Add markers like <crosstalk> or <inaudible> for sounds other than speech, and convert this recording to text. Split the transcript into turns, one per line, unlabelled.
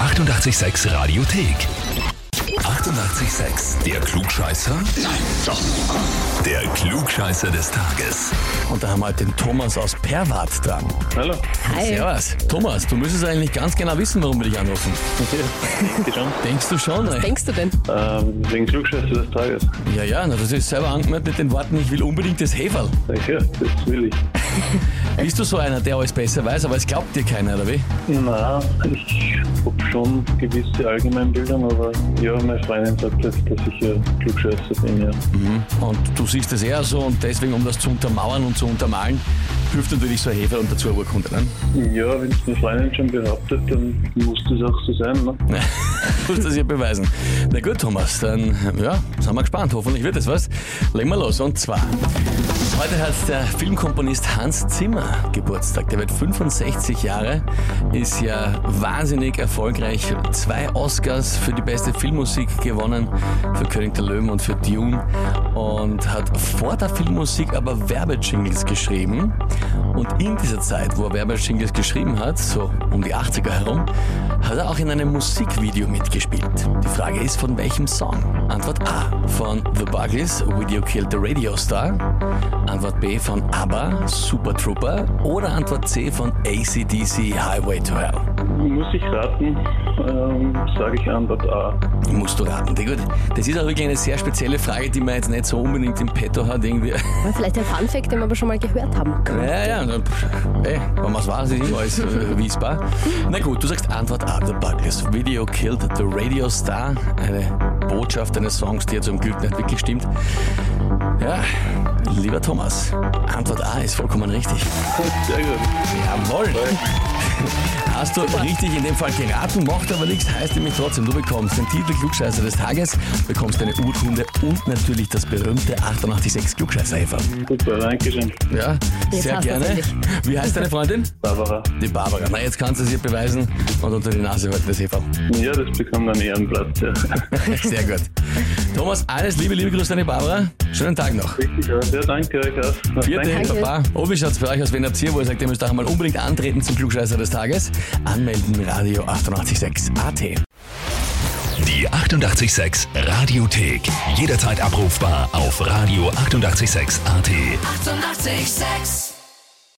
886 Radiothek. 88,6. Der Klugscheißer? Nein, doch. Der Klugscheißer des Tages.
Und da haben wir halt den Thomas aus Perwart dran.
Hallo.
Hi. Servus. Thomas, du müsstest eigentlich ganz genau wissen, warum wir dich anrufen.
Okay, schon.
Denkst du schon? ey?
denkst du denn?
Ähm, wegen Klugscheiße des Tages.
Ja, ja, na, das ist selber angemeldet mit den Worten, ich will unbedingt das Heferl.
Ja, das will ich.
Bist du so einer, der alles besser weiß, aber es glaubt dir keiner, oder wie?
Na, ich hab schon gewisse Allgemeinbildung, aber ja, meine Freundin sagt jetzt, dass ich ja Klugscheißer bin, ja.
Und du siehst es eher so und deswegen, um das zu untermauern und zu untermalen, hilft natürlich so ein Heferl und dazu eine Urkunde, ne?
Ja, wenn es eine Freundin schon behauptet, dann muss das auch so sein, ne?
<laughs> Du musst das hier beweisen. Na gut, Thomas, dann ja, sind wir gespannt. Hoffentlich wird es was. Legen wir los. Und zwar, heute hat der Filmkomponist Hans Zimmer Geburtstag. Der wird 65 Jahre, ist ja wahnsinnig erfolgreich. Zwei Oscars für die beste Filmmusik gewonnen, für König der Löwen und für Dune. Und hat vor der Filmmusik aber Werbejingles geschrieben. Und in dieser Zeit, wo er Werbejingles geschrieben hat, so um die 80er herum, hat er auch in einem Musikvideo mitgespielt. Die Frage ist, von welchem Song? Antwort A von The Buggies, Video Killed the Radio Star. Antwort B von ABBA, Super Trooper. Oder Antwort C von ACDC, Highway to Hell.
Muss ich raten, ähm, sage ich Antwort A.
Musst du raten. Na Gut, das ist auch wirklich eine sehr spezielle Frage, die man jetzt nicht so unbedingt im Petto hat. Irgendwie.
Vielleicht ein Funfact, den wir aber schon mal gehört haben.
Ja, ja, na, pff, ey, wenn man es weiß, ist immer alles äh, wiesbar. Na gut, du sagst Antwort A, The Buggles. Video killed the radio star. Eine Botschaft eines Songs, die ja zum Glück nicht wirklich stimmt. Ja, lieber Thomas, Antwort A ist vollkommen richtig.
Sehr gut.
Jawohl. Hast du richtig in dem Fall geraten, macht aber nichts, heißt nämlich trotzdem, du bekommst den Titel Klugscheißer des Tages, bekommst eine Urkunde und natürlich das berühmte 886 klugscheißer -Häferl.
Super, danke schön.
Ja,
Jetzt
sehr
hast du's
gerne.
endlich.
Wie heißt deine Freundin?
Barbara.
Die Barbara. Na, jetzt kannst du es ihr beweisen und unter die Nase halten das Heferl. <laughs>
Ja, das bekommt einen Ehrenplatz, ja.
Sehr gut. Thomas, alles Liebe, liebe Grüße an die Barbara. Schönen Tag noch.
Richtig, ja. Ja, danke euch auch.
Vierte,
Danke.
Papa. Oh, wie schaut's bei euch aus, wenn ihr habt hier, wo ihr sagt, ihr müsst auch einmal unbedingt antreten zum Klugscheißer des Tages? Anmelden, Radio 886 AT.
Die 88,6 Radiothek. Jederzeit abrufbar auf radio886.at. 88,6.
Eighty-eight, sex.